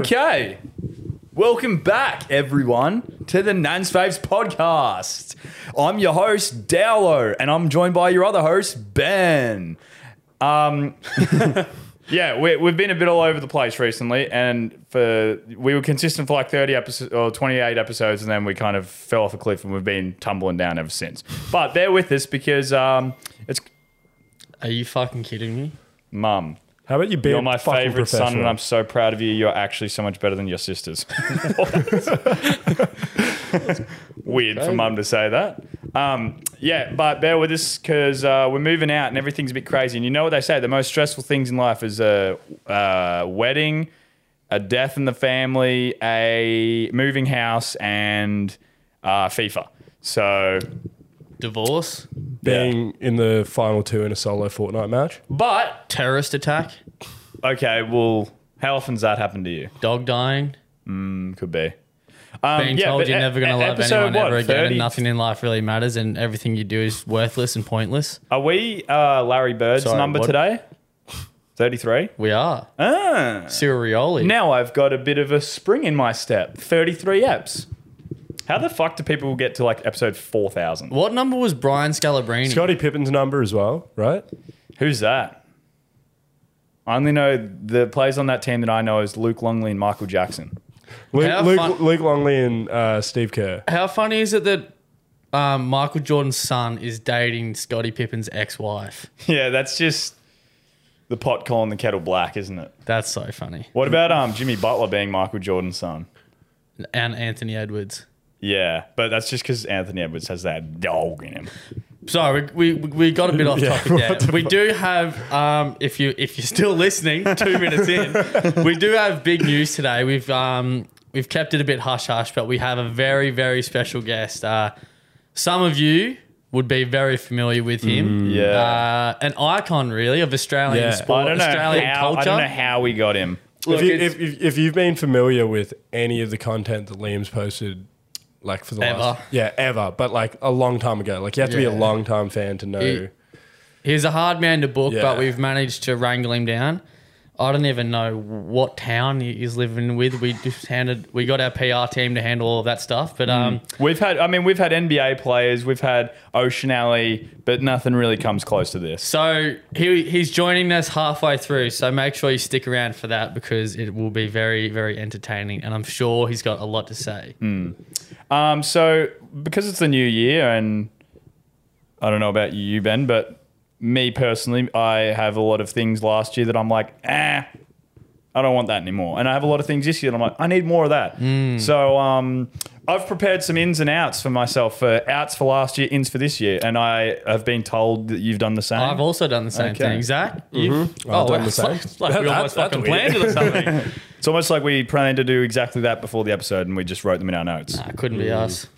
Okay. Welcome back, everyone, to the Nan's Faves podcast. I'm your host, Dowlo, and I'm joined by your other host, Ben. Um, yeah, we, we've been a bit all over the place recently, and for we were consistent for like 30 episodes or 28 episodes, and then we kind of fell off a cliff, and we've been tumbling down ever since. But they're with us because um, it's Are you fucking kidding me? mum. How about you be You're a my fucking favorite son, and professional? I'm so proud of you. You're actually so much better than your sisters. Weird for mum to say that. Um, yeah, but bear with us because uh, we're moving out and everything's a bit crazy. And you know what they say the most stressful things in life is a, a wedding, a death in the family, a moving house, and uh, FIFA. So, Divorce? being in the final two in a solo Fortnite match. but, Terrorist attack? okay, well, how often's that happened to you? Dog dying? Could be. Um, Being yeah, told but you're e- never going to e- love episode, anyone what, ever again 30? and nothing in life really matters and everything you do is worthless and pointless? Are we uh, Larry Bird's Sorry, number what? today? 33. We are. Ah. Cirioli. Now I've got a bit of a spring in my step. 33 eps. How the fuck do people get to like episode 4000? what number was Brian Scalabrine? Scotty Pippen's number as well, right? Who's that? I only know the players on that team that I know is Luke Longley and Michael Jackson. Luke, How Luke, fun- Luke Longley and uh, Steve Kerr. How funny is it that um, Michael Jordan's son is dating Scottie Pippen's ex-wife? Yeah, that's just the pot calling the kettle black, isn't it? That's so funny. What about um Jimmy Butler being Michael Jordan's son? And Anthony Edwards. Yeah, but that's just because Anthony Edwards has that dog in him. Sorry, we, we, we got a bit off Yeah, topic what there. the we do have, um, if you if you're still listening, two minutes in, we do have big news today. We've um, we've kept it a bit hush hush, but we have a very very special guest. Uh, some of you would be very familiar with him. yeah. uh, an icon really of Australian Yeah. sport, Australian how, I culture. don't know how we got him. Look, if, you, it's- if, if, if you've been familiar with any of the content that Liam's posted, like for the Ever. last yeah ever, but like a long time ago, like you have to be Yeah. a long time fan to know. He- He's a hard man to book, Yeah. but we've managed to wrangle him down. I don't even know what town he- he's living with. We just handed, we got our PR team to handle all of that stuff. But um, Mm. We've had, I mean, we've had NBA players, we've had Ocean Alley, but nothing really comes close to this. so he he's joining us halfway through. So make sure you stick around for that because it will be very very entertaining, and I'm sure he's got a lot to say. Mm. Um, so because it's the new year, and I don't know about you, Ben, but me personally, I have a lot of things last year that I'm like, ah, I don't want that anymore. And I have a lot of things this year that I'm like, I need more of that. Mm. So um, I've prepared some ins and outs for myself, for outs for last year, ins for this year, and I have been told that you've done the same. I've also done the same Okay. thing, Zach. You've, I've done wow, the oh, it's same. Like, it's like we That- almost that's fucking weird. planned it or something. It's almost like we planned to do exactly that before the episode and we just wrote them in our notes. nah, couldn't Mm. be us.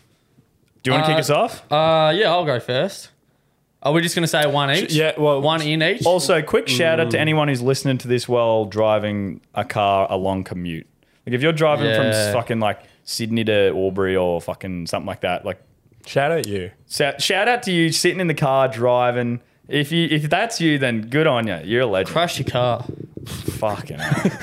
Do you want to Uh, kick us off? Uh, yeah, I'll go first. Are we just gonna say one each? yeah, well, one in each. Also, quick shout Mm. out to anyone who's listening to this while driving a car a long commute. Like if you're driving Yeah. from fucking like Sydney to Albury or fucking something like that, like Shout out you. sa- shout out to you sitting in the car driving. If you if that's you, then good on you. You're a legend. Crash your car. Fucking hell.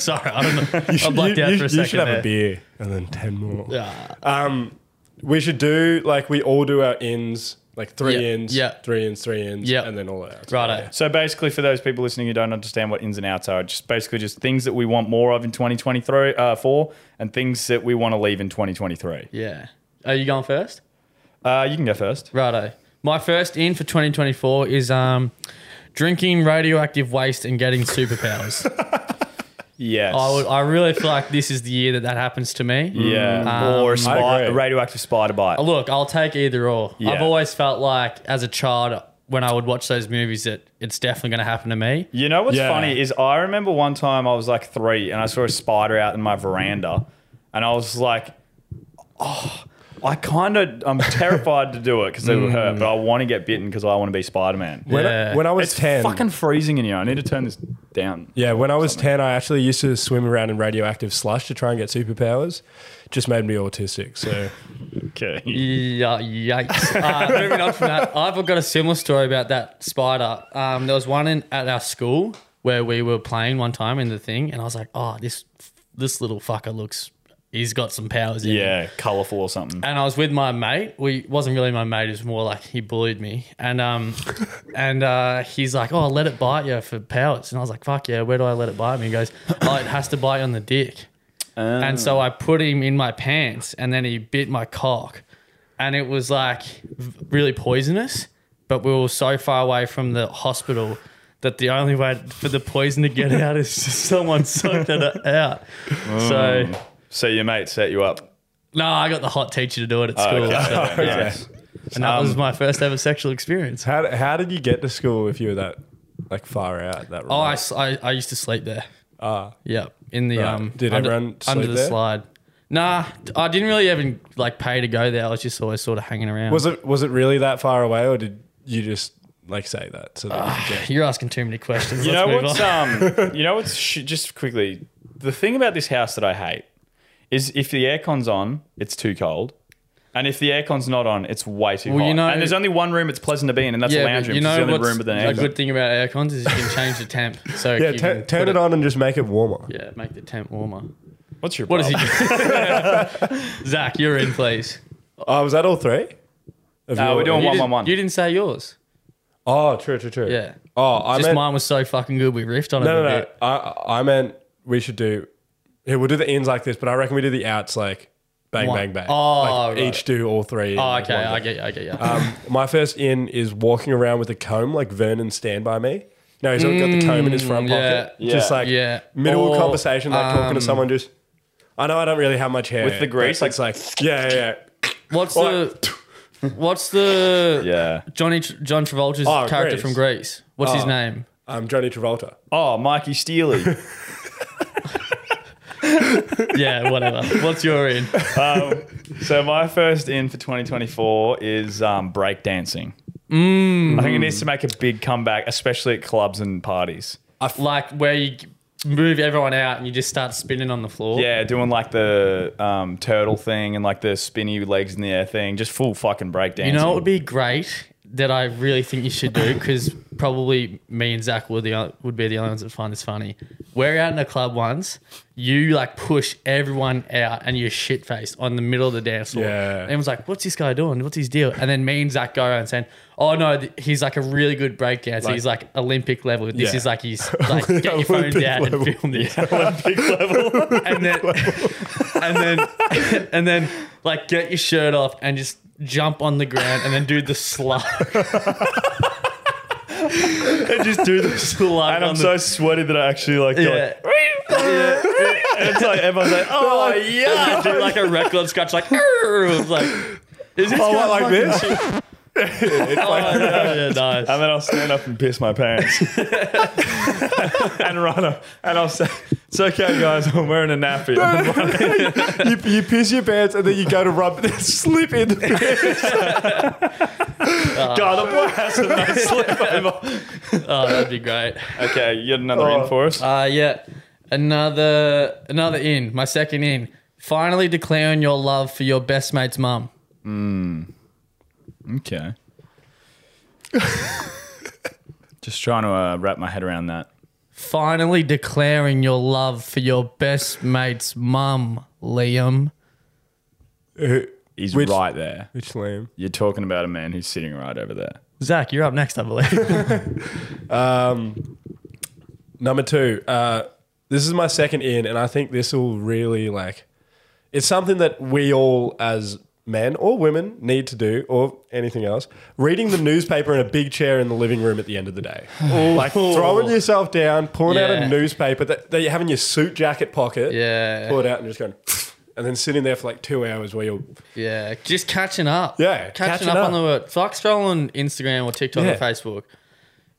Sorry, I don't know. I You, blacked out you- for you a second. should have there. a beer and then ten more. Yeah. Um, we should do like we all do our ins, like three Yeah, ins, yeah. three ins, three ins, Yeah. and then all out. Righto. So basically, for those people listening who don't understand what ins and outs are, just basically just things that we want more of in 2023 uh, four, and things that we want to leave in 2023. Yeah. Are you going first? Uh, you can go first. Righto. My first in for 2024 is um, drinking radioactive waste and getting superpowers. Yes. I, would, I really feel like this is the year that that happens to me. yeah. Mm. Um, or a I spider, agree. radioactive spider bite. Look, I'll take either or. Yeah. I've always felt like as a child when I would watch those movies that it's definitely going to happen to me. You know what's Yeah. funny is I remember one time I was like three and I saw a spider out in my veranda, and I was like, oh, I kind of I'm terrified to do it because it would hurt, but I want to get bitten because I want to be Spider Man. When, Yeah. I, when I was It's ten, fucking freezing in here. I need to turn this down. yeah, when I was ten, I actually used to swim around in radioactive slush to try and get superpowers. Just made me autistic. So Okay. Yeah, yikes. Uh, moving on from that, I've got a similar story about that spider. Um, there was one in, at our school. where we were playing one time in the thing, and I was like, oh, this this little fucker looks. He's got some powers. In him." Yeah, colourful or something. and I was with my mate. We wasn't really my mate. It was more like he bullied me. And um, and uh, he's like, "Oh, let it bite you for powers." And I was like, "Fuck yeah, where do I let it bite me?" He goes, "Oh, it has to bite you on the dick." And so I put him in my pants, and then he bit my cock, and it was like v- really poisonous. But we were so far away from the hospital that the only way for the poison to get out is just someone sucked it out. So So your mate set you up. no, I got the hot teacher to do it at school. okay. so- Okay. yeah. And that was my first ever sexual experience. How, how did you get to school if you were that like far out? That Oh, I, remote? s- I- I used to sleep there. Ah. Yeah, in the Right. um. Did under, everyone sleep under the there? slide? Nah, I didn't really even like pay to go there. I was just always sort of hanging around. was it was it really that far away, or did you just like say that? So that Ah, you could get- You're asking too many questions. You Let's know move what's on. uh, um, you know what's sh- just quickly. The thing about this house that I hate is if the aircon's on, it's too cold, and if the aircon's not on, it's way too Well, hot. you know- and there's only one room it's pleasant to be in, and that's the Yeah, lounge but room. 'cause you know it's the only room what's with an a aircon. good thing about aircons is you can change the temp. So yeah, tu- you can turn put it on and just make it warmer. Yeah, make the temp warmer. What's your What is problem? it? Zach, you're in, please. Oh, was that all three? Of No, your- we're doing You one, didn't- one, one. You didn't say yours. Oh, true, true, true. Yeah. Oh, I Just meant mine was so fucking good. We riffed on it. no, a no, no. bit. I I meant we should do. Yeah, we'll do the ins like this, but I reckon we do the outs like bang, One. bang, bang. Oh, like right. each do all three. in, Oh, like, okay. one I day. get you. I get you. Um, my first in is walking around with a comb like Vernon Stand By Me. No, he's got the comb in his front Mm, yeah. pocket. Just Yeah. like Yeah. middle of Or, conversation, like talking to um, someone just. I know I don't really have much hair. With the grease, but it's like, yeah, yeah, yeah. what's or the what's the yeah. Johnny Tr- John Travolta's Oh, character Grease. from Greece? What's his Oh. name? Um, Johnny Travolta. Oh, Mikey Steely. Yeah, whatever. what's your in? um, so my first in for 2024 is um, breakdancing. Mm. I think it needs to make a big comeback, especially at clubs and parties. Like where you move everyone out and you just start spinning on the floor. Yeah, doing like the um, turtle thing and like the spinny legs in the air thing, just full fucking breakdancing. You know, what would be great that I really think you should do because probably me and Zach would the o- would be the only ones that find this funny. We're out in a club once. You like push everyone out and you're shit faced on the middle of the dance floor. Yeah. And was like, "What's this guy doing? What's his deal?" And then me and Zach go around saying, "Oh no, th- he's like a really good break dancer. he's like Olympic level. This Yeah. is like he's like get your phones Olympic out level. and film this and then and then and then like get your shirt off and just jump on the ground and then do the slug. and just do the slug. and on I'm the, so sweaty that I actually like. go Yeah. Like, and it's like everyone's like, oh yeah. do like a record scratch, like, "Arr!" It was like is this Oh, guy what, like fucking this? shit? oh, yeah, yeah, nice. And then I'll stand up and piss my pants and run up. And I'll say, it's okay, guys, I'm wearing a nappy. Oh you, you piss your pants and then you go to rub it, slip in the God, the boy has a nice slip over. Oh, that'd be great. Okay, you got another Oh. in for us? Uh yeah. Another another in, my second in. Finally declaring your love for your best mate's mum. Okay. Just trying to uh, wrap my head around that. finally declaring your love for your best mate's mum, Liam. pants. He's Which- right there. Which lame. You're talking about a man who's sitting right over there. Zach, you're up next, I believe. Um, number two. Uh, this is my second in, and I think this will really like. It's something that we all, as men or women, need to do, or anything else. Reading the newspaper in a big chair in the living room at the end of the day, like throwing yourself down, pulling out Yeah. a newspaper that, that you have in your suit jacket pocket, Yeah. pull it out and just going, and then sitting there for like two hours where you're yeah, just catching up. Yeah, catching, catching up, up. on the word. Fuck scrolling Instagram or TikTok Yeah. or Facebook.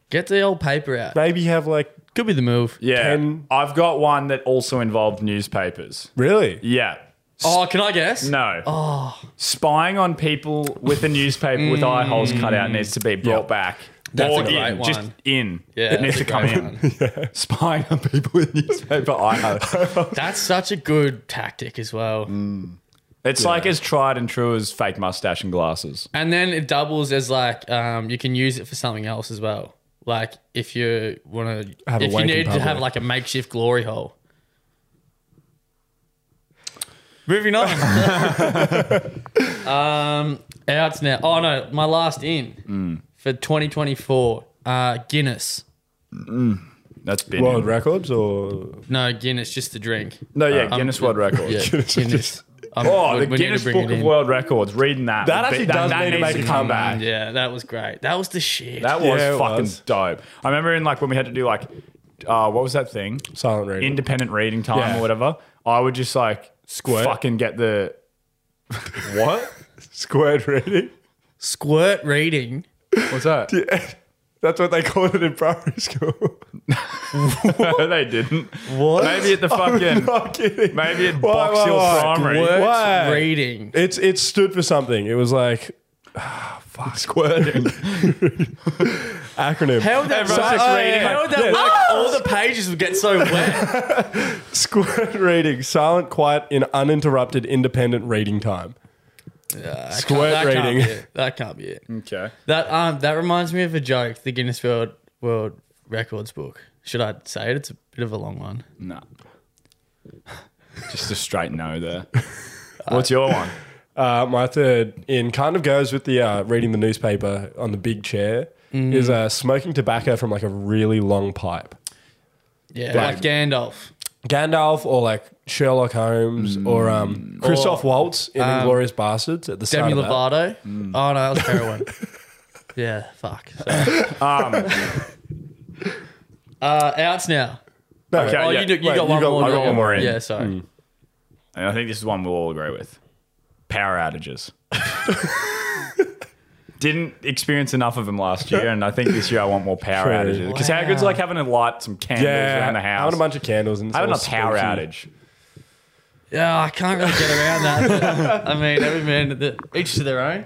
Get the old paper out. maybe you have like Could be the move. Yeah. Ten- I've got one that also involved newspapers. really Yeah. Oh, can I guess? No. Oh. Spying on people with a newspaper with eye holes cut out needs to be Mm. brought back. That's or a great in, just one. in. Yeah, it needs to that's a come great in. one. Spying on people with newspaper eye holes. That's such a good tactic as well. It's like as tried and true as fake mustache and glasses. And then it doubles as like um, you can use it for something else as well. Like if you want to, Have a if you wank in need to have public. like a makeshift glory hole. Moving on. um, outs now. Oh no, my last in Mm. for 2024. Uh, Guinness. That's been World records or No, Guinness, just the drink. No, yeah, Um, Guinness World Records. Yeah, Guinness. Um, Oh, we- the we need to Guinness bring it Book of in. World Records. Reading that. That would actually does need to needs make a comeback. Yeah, that was great. That was the shit. That was Yeah, it fucking was. dope. I remember in like when we had to do like, uh, what was that thing? silent reading? Independent reading time Yeah. or whatever. I would just like Squirt. fucking get the what? Squared reading. Squirt reading. what's that? That's what they called it in primary school. no, they didn't. What? Oh, Maybe at the fucking. Not kidding. Maybe at Why, Box why, Hill why? Primary. Squirt Why? reading. It's it stood for something. It was like ah, Fuck. Squirting. acronym. How would that, Everyone's work? just Oh, reading. How would that Yeah. work? All the pages would get so wet. Squared reading. Silent, quiet, in uninterrupted, indepent reading time. Squirt that can't be reading. it. That can't be it. okay. That um that reminds me of a joke. The Guinness World World Records book. Should I say it? It's a bit of a long one. No. Just a straight no there. What's your one? Uh, my third in kind of goes with the uh, reading the newspaper on the big chair is uh, smoking tobacco from like a really long pipe. Yeah, like Gandalf. Gandalf or like Sherlock Holmes or um, Christoph Waltz in Inglorious Bastards at the Demi start of that. Lovato. Oh no, that was heroin. yeah, fuck. Sorry. Um, Um. Uh, outs now. No, Okay. Oh, yeah. you, do, you Wait, got you one got- more. I got don't one you? more in. Yeah, sorry. and I think this is one we'll all agree with. Power outages. Didn't experience enough of them last year, and I think this year I want more power True. outages. Because how good's Wow. like having a light, some candles yeah, around the I want house. a bunch of candles and it's having a all power spooky. outage. Yeah, I can't really get around that. I mean, every man, to the, each to their own.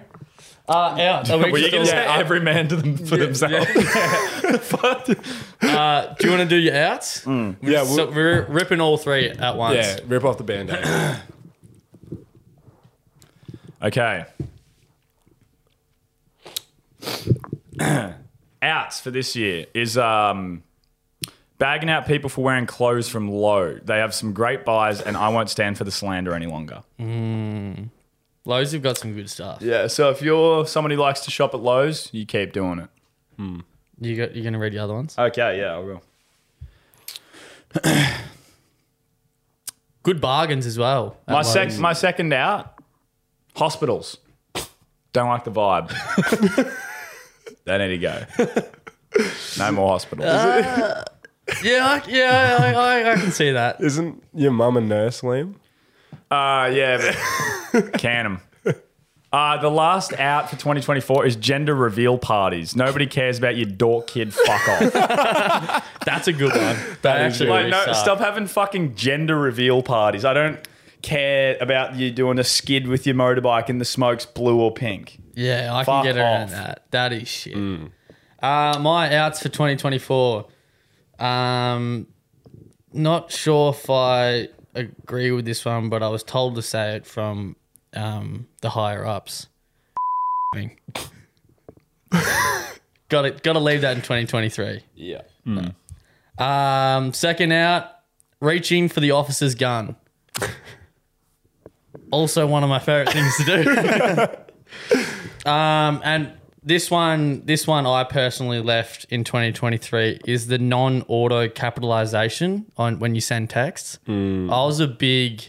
Uh, out. Are we Were you just going all- to say every man to them for themselves? uh, do you want to do your outs? Mm. Yeah, we'll, So we're ripping all three at once. yeah, rip off the band-aid. Okay. Outs for this year is um, bagging out people for wearing clothes from Low. They have some great buys, and I won't stand for the slander any longer. Lowe's have got some good stuff. Yeah, so if you're somebody who likes to shop at Lowe's, you keep doing it. You got, you're going to read the other ones? Okay, yeah, I will. Good bargains as well. at My, Lowe's. sec- my second out hospitals. Don't like the vibe. they need to go. No more hospitals. Yeah, I, yeah, I, I, I can see that. Isn't your mum a nurse, Liam? Uh, yeah, but can 'em. Uh, the last out for 2024 is gender reveal parties. Nobody cares about your dork kid. Fuck off. That's a good one. That is actually good. like, really no, sucked. stop having fucking gender reveal parties. I don't care about you doing a skid with your motorbike and the smoke's blue or pink. Yeah, I Fuck can get around off. Mm. that. That is shit. Uh, my outs for 2024. Um, not sure if I agree with this one, but I was told to say it from um, the higher ups. got it. Got to leave that in 2023. Yeah. Um, second out, reaching for the officer's gun. also, one of my favorite things to do. um, and this one, this one, I personally left in 2023 is the non-auto capitalization on when you send texts. Hmm. I was a big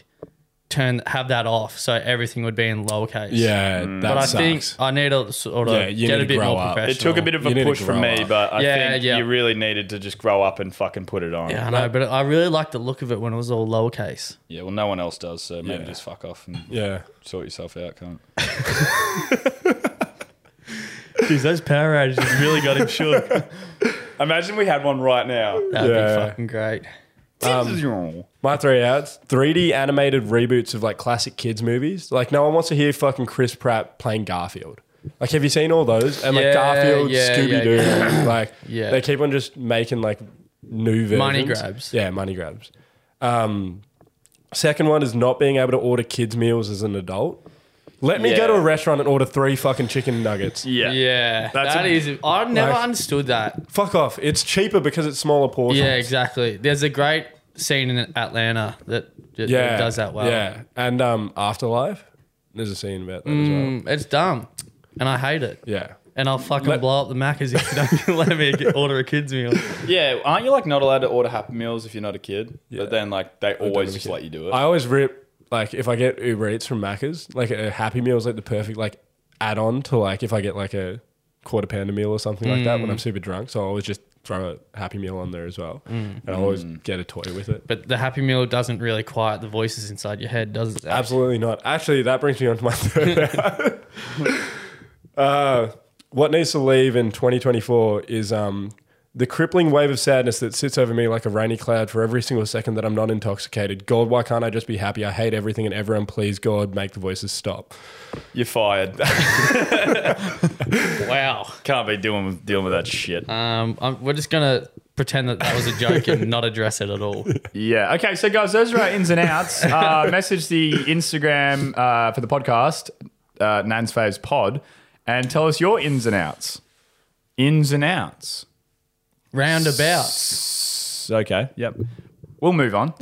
turn have that off, so everything would be in lowercase. Yeah, that Mm. but I sucks. think I need to sort of Yeah, you need get a to bit grow more up. professional. It took a bit of You need a to push from grow me, up. but I Yeah, think yeah. you really needed to just grow up and fucking put it on. Yeah, I know, but I really liked the look of it when it was all lowercase. Yeah, well, no one else does, so maybe Yeah. just fuck off and yeah. sort yourself out, can't. Jeez, those Power Rangers really got him shook. Imagine we had one right now. That'd Yeah. be fucking great. Um, My three outs: 3D animated reboots of like classic kids movies. Like no one wants to hear fucking Chris Pratt playing Garfield. Like, have you seen all those? And like Yeah, Garfield, yeah, Scooby Doo. Like, Yeah. they keep on just making like new versions. Money grabs. Yeah, money grabs. Um, second one is not being able to order kids meals as an adult. Let me Yeah. go to a restaurant and order three fucking chicken nuggets. Yeah. Yeah, That's That's a- I never Like- understood that. Fuck off. It's cheaper because it's smaller portions. Yeah, exactly. There's a great scene in Atlanta that, that Yeah. does that well. Yeah. And um, Afterlife, there's a scene about that as well. Mm, it's dumb, and I hate it. Yeah. And I'll fucking blow up the Macca's if you don't let me get, order a kids meal. Yeah, aren't you like not allowed to order Happy Meals if you're not a kid? Yeah. But then like they always just kid. let you do it. I always rip, like, if I get Uber Eats from Macca's, like, a Happy Meal is like the perfect, like, add on to, like, if I get, like, a quarter pounder meal or something like that when I'm super drunk. So I always just throw a Happy Meal on there as well. And I always get a toy with it. But the Happy Meal doesn't really quiet the voices inside your head, does it? Absolutely not. Actually, that brings me on to my third. uh, what needs to leave in 2024 is um, the crippling wave of sadness that sits over me like a rainy cloud for every single second that I'm not intoxicated. God, why can't I just be happy? I hate everything and everyone. Please, God, make the voices stop. you're fired. Wow. Can't be dealing with dealing with that shit. Um, I'm, we're just gonna pretend that that was a joke and not address it at all. Yeah. Okay. So, guys, those are our ins and outs. Uh, message the Instagram uh, for the podcast, uh, Nan's Faves Pod, and tell us your ins and outs. Ins and outs. Roundabout S- Okay. Yep. We'll move on.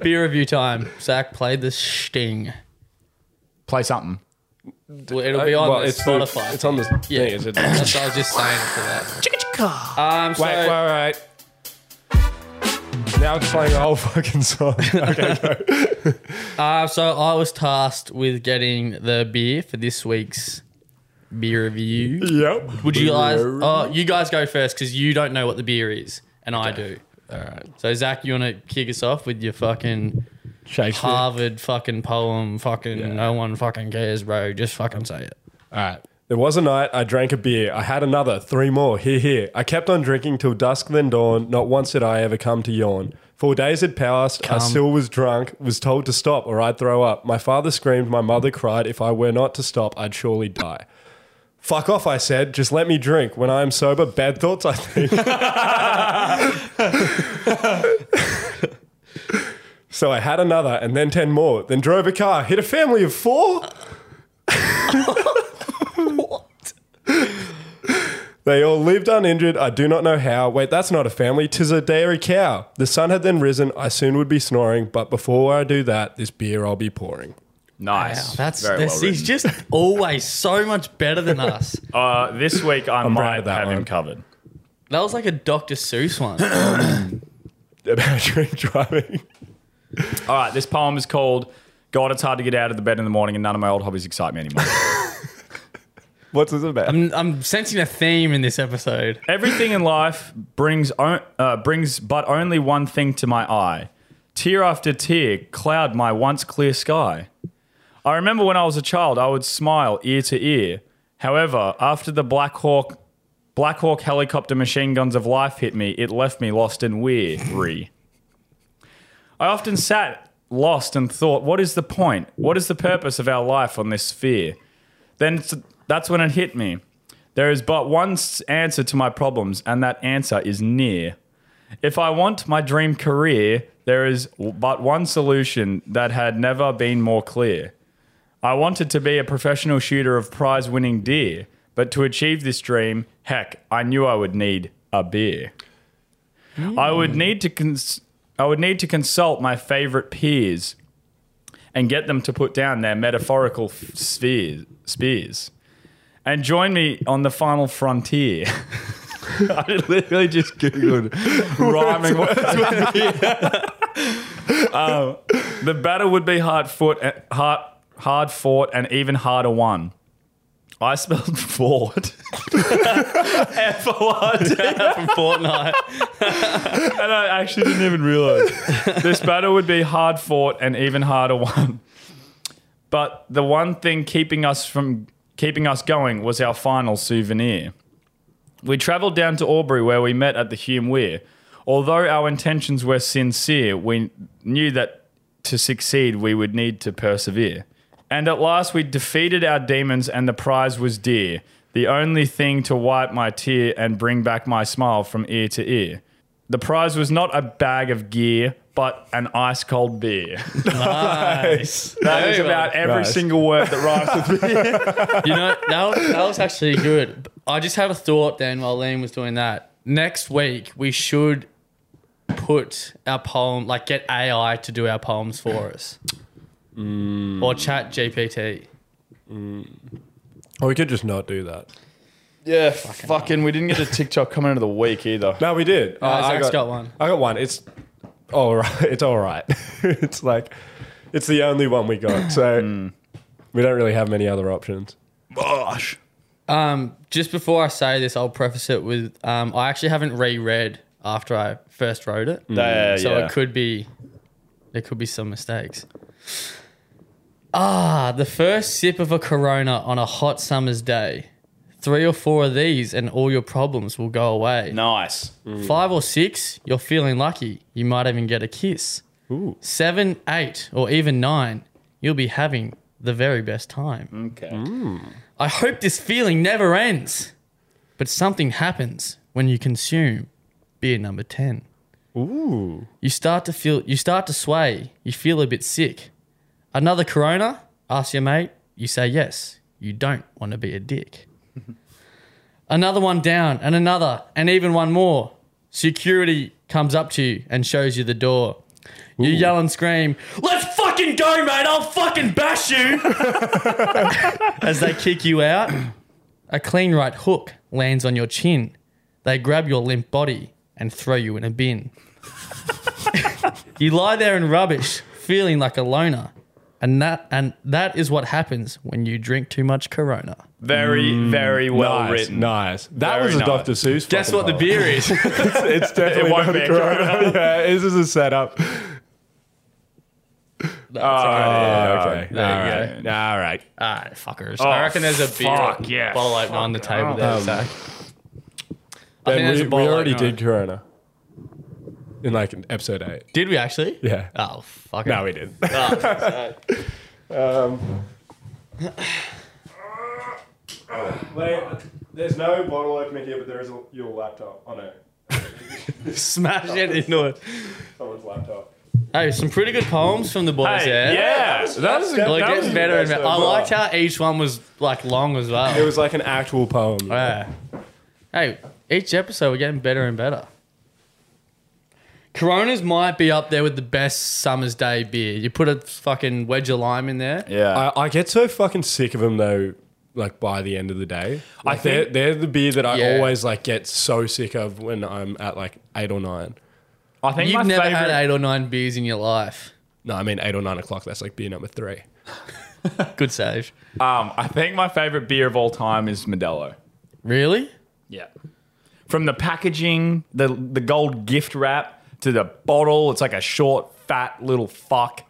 beer review time. Zach played the sting. Play something. Well, it'll be on Oh, Well, the it's the- Spotify. it's on the yeah. thing. Is it? wait, That's what I was just saying for that. Um, so wait, wait. Now it's playing the whole fucking song. Uh, so I was tasked with getting the beer for this week's beer review. yep. Would you guys? Oh, you guys go first because you don't know what the beer is, and I do. All right. So Zach, you want to kick us off with your fucking Shakespeare. Harvard fucking poem? Fucking Yeah. no one fucking cares, bro. Just fucking say it. All right. There was a night I drank a beer. I had another, three more, here, here. I kept on drinking till dusk, then dawn. Not once did I ever come to yawn. Four days had passed. I still was drunk, was told to stop or I'd throw up. My father screamed, my mother cried. If I were not to stop, I'd surely die. Fuck off, I said. Just let me drink. When I am sober, bad thoughts, I think. so I had another, and then 10 more, then drove a car, hit a family of four. They all lived uninjured. I do not know how. Wait, that's not a family. Tis a dairy cow. The sun had then risen. I soon would be snoring. But before I do that, this beer I'll be pouring. Nice. That's, Very that's well he's written. just always so much better than us. Oh. Uh, this week I proud might of that have him one. covered. That was like a Dr. Seuss one. About drink driving. All right. This poem is called "God, it's hard to get out of the bed in the morning, and none of my old hobbies excite me anymore." What's this about? I'm, I'm sensing a theme in this episode. Everything in life brings o- uh, brings but only one thing to my eye. Tear after tear cloud my once clear sky. I remember when I was a child, I would smile ear to ear. However, after the Black Hawk, Black Hawk helicopter machine guns of life hit me, it left me lost and weary. I often sat lost and thought, what is the point? What is the purpose of our life on this sphere? Then s- that's when it hit me. There is but one s- answer to my problems, and that answer is near. If I want my dream career, there is w- but one solution that had never been more clear. I wanted to be a professional shooter of prize winning deer, but to achieve this dream, heck, I knew I would need a beer. I would need to cons- I would need to consult my favorite peers and get them to put down their metaphorical f- spheres, spears and join me on the final frontier. I literally just googled rhyming words with beer. um, the battle would be hard fought, eh, hard, hard fought, and even harder won. I spelled fought, F O R T. from Fortnite. And I actually didn't even realize. this battle would be hard fought and even harder won. But the one thing keeping us from keeping us going was our final souvenir. We travelled down to Albury where we met at the Hume Weir. Although our intentions were sincere, we knew that to succeed we would need to persevere. And at last we defeated our demons and the prize was dear, the only thing to wipe my tear and bring back my smile from ear to ear. The prize was not a bag of gear, but an ice cold beer. Nice. That is Very well. about every Nice. single word that rhymes with beer. You know, that was, that was actually good. I just had a thought then while Liam was doing that. Next week, we should put our poem, like get AI to do our poems for us. Or chat GPT. Or Oh, we could just not do that. Yeah, fucking, we didn't get a TikTok comment of the week either. No, we did. Uh, I Zach's got, one. I got one. It's all right. It's all right. it's like it's the only one we got. So Hmm. we don't really have many other options. Bosh. Um, just before I say this, I'll preface it with um, I actually haven't reread after I first wrote it. Yeah, So yeah. it could be, there could be some mistakes. Ah, the first sip of a Corona on a hot summer's day. Three or four of these, and all your problems will go away. Nice. Five or six, you're feeling lucky. You might even get a kiss. Ooh. Seven, eight, or even nine, you'll be having the very best time. Okay. I hope this feeling never ends. But something happens when you consume beer number 10. Ooh. You start to feel you start to sway, you feel a bit sick. Another corona? Ask your mate, you say yes. You don't want to be a dick. another one down and another and even one more. Security comes up to you and shows you the door. You yell and scream, "Let's fucking go, mate. I'll fucking bash you." As they kick you out, a clean right hook lands on your chin. They grab your limp body and throw you in a bin. You lie there in rubbish, feeling like a loner. And that and that is what happens when you drink too much corona. Very, very well nice, written. That Very was a nice. Dr. Seuss. Guess fucking what the poem. beer is? it's definitely It won't not be a a corona. yeah, this is a setup. yeah, Oh, alright. okay. There you All right. All right. Ah, fucking Oh, fuckers. I reckon there's a beer fuck, yeah. bottle opener on the table there, Um, Zach. I think Ben, there's we, a we bottle already opener. did corona in like episode eight. Did we actually? Yeah. Oh, fuck it. No, we did. Ah, Um, there's no bottle opener here, but there is your laptop. Oh no, Smash it into it. someone's laptop. Hey, some pretty good poems from the boys there. Hey, yeah. That was Like, that getting was- better and best better. so I far. liked how each one was like long as It well. was like an actual poem. Yeah. Hey, each episode we're getting better and better. Coronas might be up there with the best summer's day beer. You put a fucking wedge of lime in there. Yeah. I, I get so fucking sick of them though. Like by the end of the day, like they're, think- they're the beer that I Yeah. always like get so sick of when I'm at like eight or nine. I think You've my never favorite, had eight or nine beers in your life. No, I mean eight or nine o'clock. That's like beer number three. Good save. um, I think my favorite beer of all time is Modelo. Really? Yeah. From the packaging, the the gold gift wrap to the bottle, it's like a short, fat little fuck.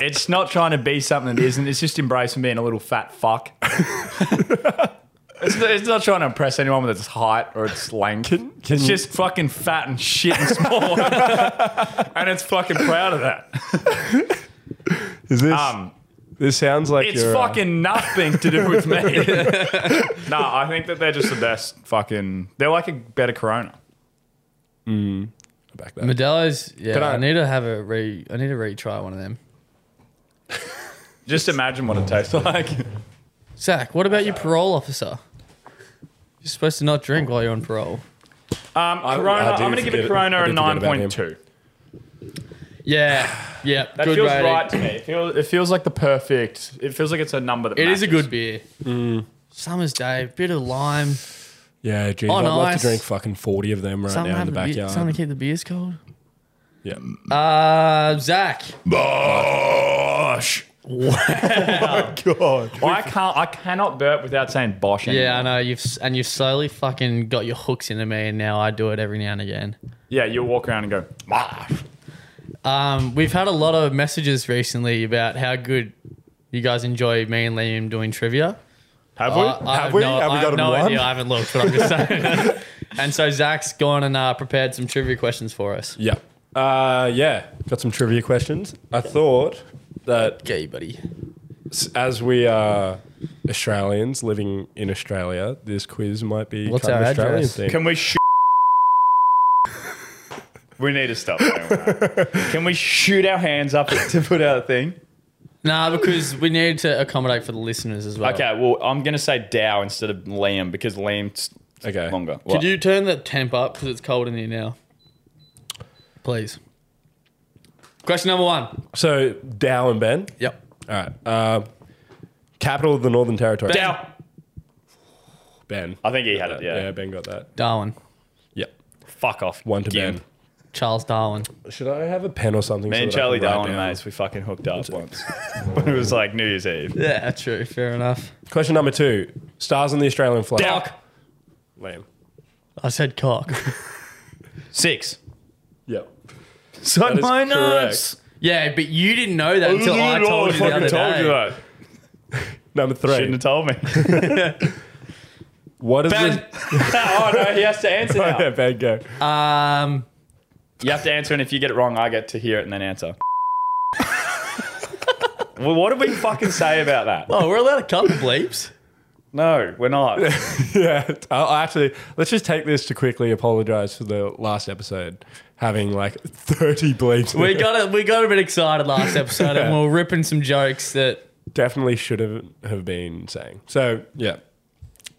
it's not trying to be something that isn't. It's just embracing being a little fat fuck. it's, not, it's not trying to impress anyone with its height or its length. it's you- just fucking fat and shit and small, and it's fucking proud of that. Is this? Um, this sounds like It's your, uh, fucking nothing to do with me. nah, I think that they're just the best. Fucking, they're like a better Corona. back there. Modelo's. Yeah. Can I, I- need to have a re. I need to retry one of them. Just imagine what it tastes like. Um, Zach, what about your parole officer? You're supposed to not drink while you're on parole. Um, Corona, I I do am going to give forget- it Corona I a do forget about him. 9.2. Yeah. Yeah. That good feels rating. right to me. It feels, it feels like the perfect. It feels like it's a number that It is a matches. good beer. Mm. Summer's day, bit of lime. Yeah, geez, On I'd love ice. to drink fucking forty of them right Something, now in Oh, have the the beer- backyard. something to keep the beers cold. yeah, Uh, Zach. Oh, Bosh. God, I can't. I cannot burp without saying Bosh. Anymore. Yeah, I know you've s- and you've slowly fucking got your hooks into me, and now I do it every now and again. Yeah, you'll walk around and go. Bosh. Um, we've had a lot of messages recently about how good you guys enjoy me and Liam doing trivia. Have Uh, I we? Have we? No, Have we I gotten no one? idea. I haven't looked, but I'm just saying. and so Zach's gone and uh, prepared some trivia questions for us. yeah, uh, yeah. Got some trivia questions. I thought that Okay, buddy. s- as we are Australians living in Australia, this quiz might be What's kind of our Australian address? thing. Can we? Sh- We need to stop. doing that. Can we shoot our hands up to put out a thing? Nah, because we need to accommodate for the listeners as well. Okay, well, I'm going to say Dow instead of Liam because Liam's Okay. longer. Could you turn the temp up because it's cold in here now? Please. Question number one. So Dow and Ben. Yep. All right. Uh, capital of the Northern Territory. Dow. Ben. I think he had it, yeah. Yeah, Ben got that. Darwin. Yep. Fuck off. One to Gimp. Ben. Charles Darwin. Should I have a pen or something? Me so and that I Charlie can write Darwin, down? mates, we fucking hooked up once. when it was like New Year's Eve. Yeah, true. Fair enough. Question number two: Stars on the Australian flag. Dow. Cock. Liam. I said cock. Six. Yep. Sign is my correct. nuts. yeah, but you didn't know that until I told you the other fucking told day. you that. Number Shouldn't three. have told me. What is Ben. the? oh, no, he has to answer Oh, now. yeah, Ben, go. Um, You have to answer, and if you get it wrong, I get to hear it and then answer. well, what did we fucking say about that? oh, we're allowed a couple bleeps. No, we're not. yeah, I'll actually let's just take this to quickly apologize for the last episode having like thirty bleeps. We got a, we got a bit excited last episode, and we we're ripping some jokes that definitely should have have been saying. So yeah,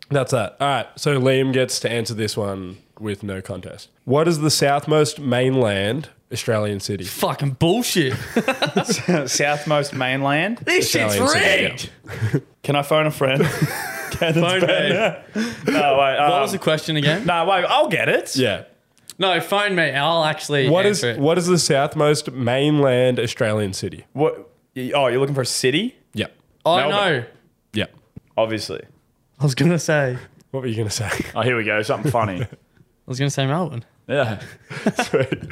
that's that. All right. So Liam gets to answer this one with no contest. What is the southmost mainland Australian city? fucking bullshit. Southmost mainland. This shit's Italian city, rigged. Can I phone a friend? Phone me. No, wait. What Um, was the question again? no, wait. I'll get it. Yeah. No, phone me. I'll actually What is answer it. what is the southmost mainland Australian city? What? Oh, you're looking for a city? Yep. I Melbourne. know. Yep. Obviously. I was gonna say. I What were you gonna say? Oh, here we go. Something funny. was gonna say Melbourne. yeah. Sweet.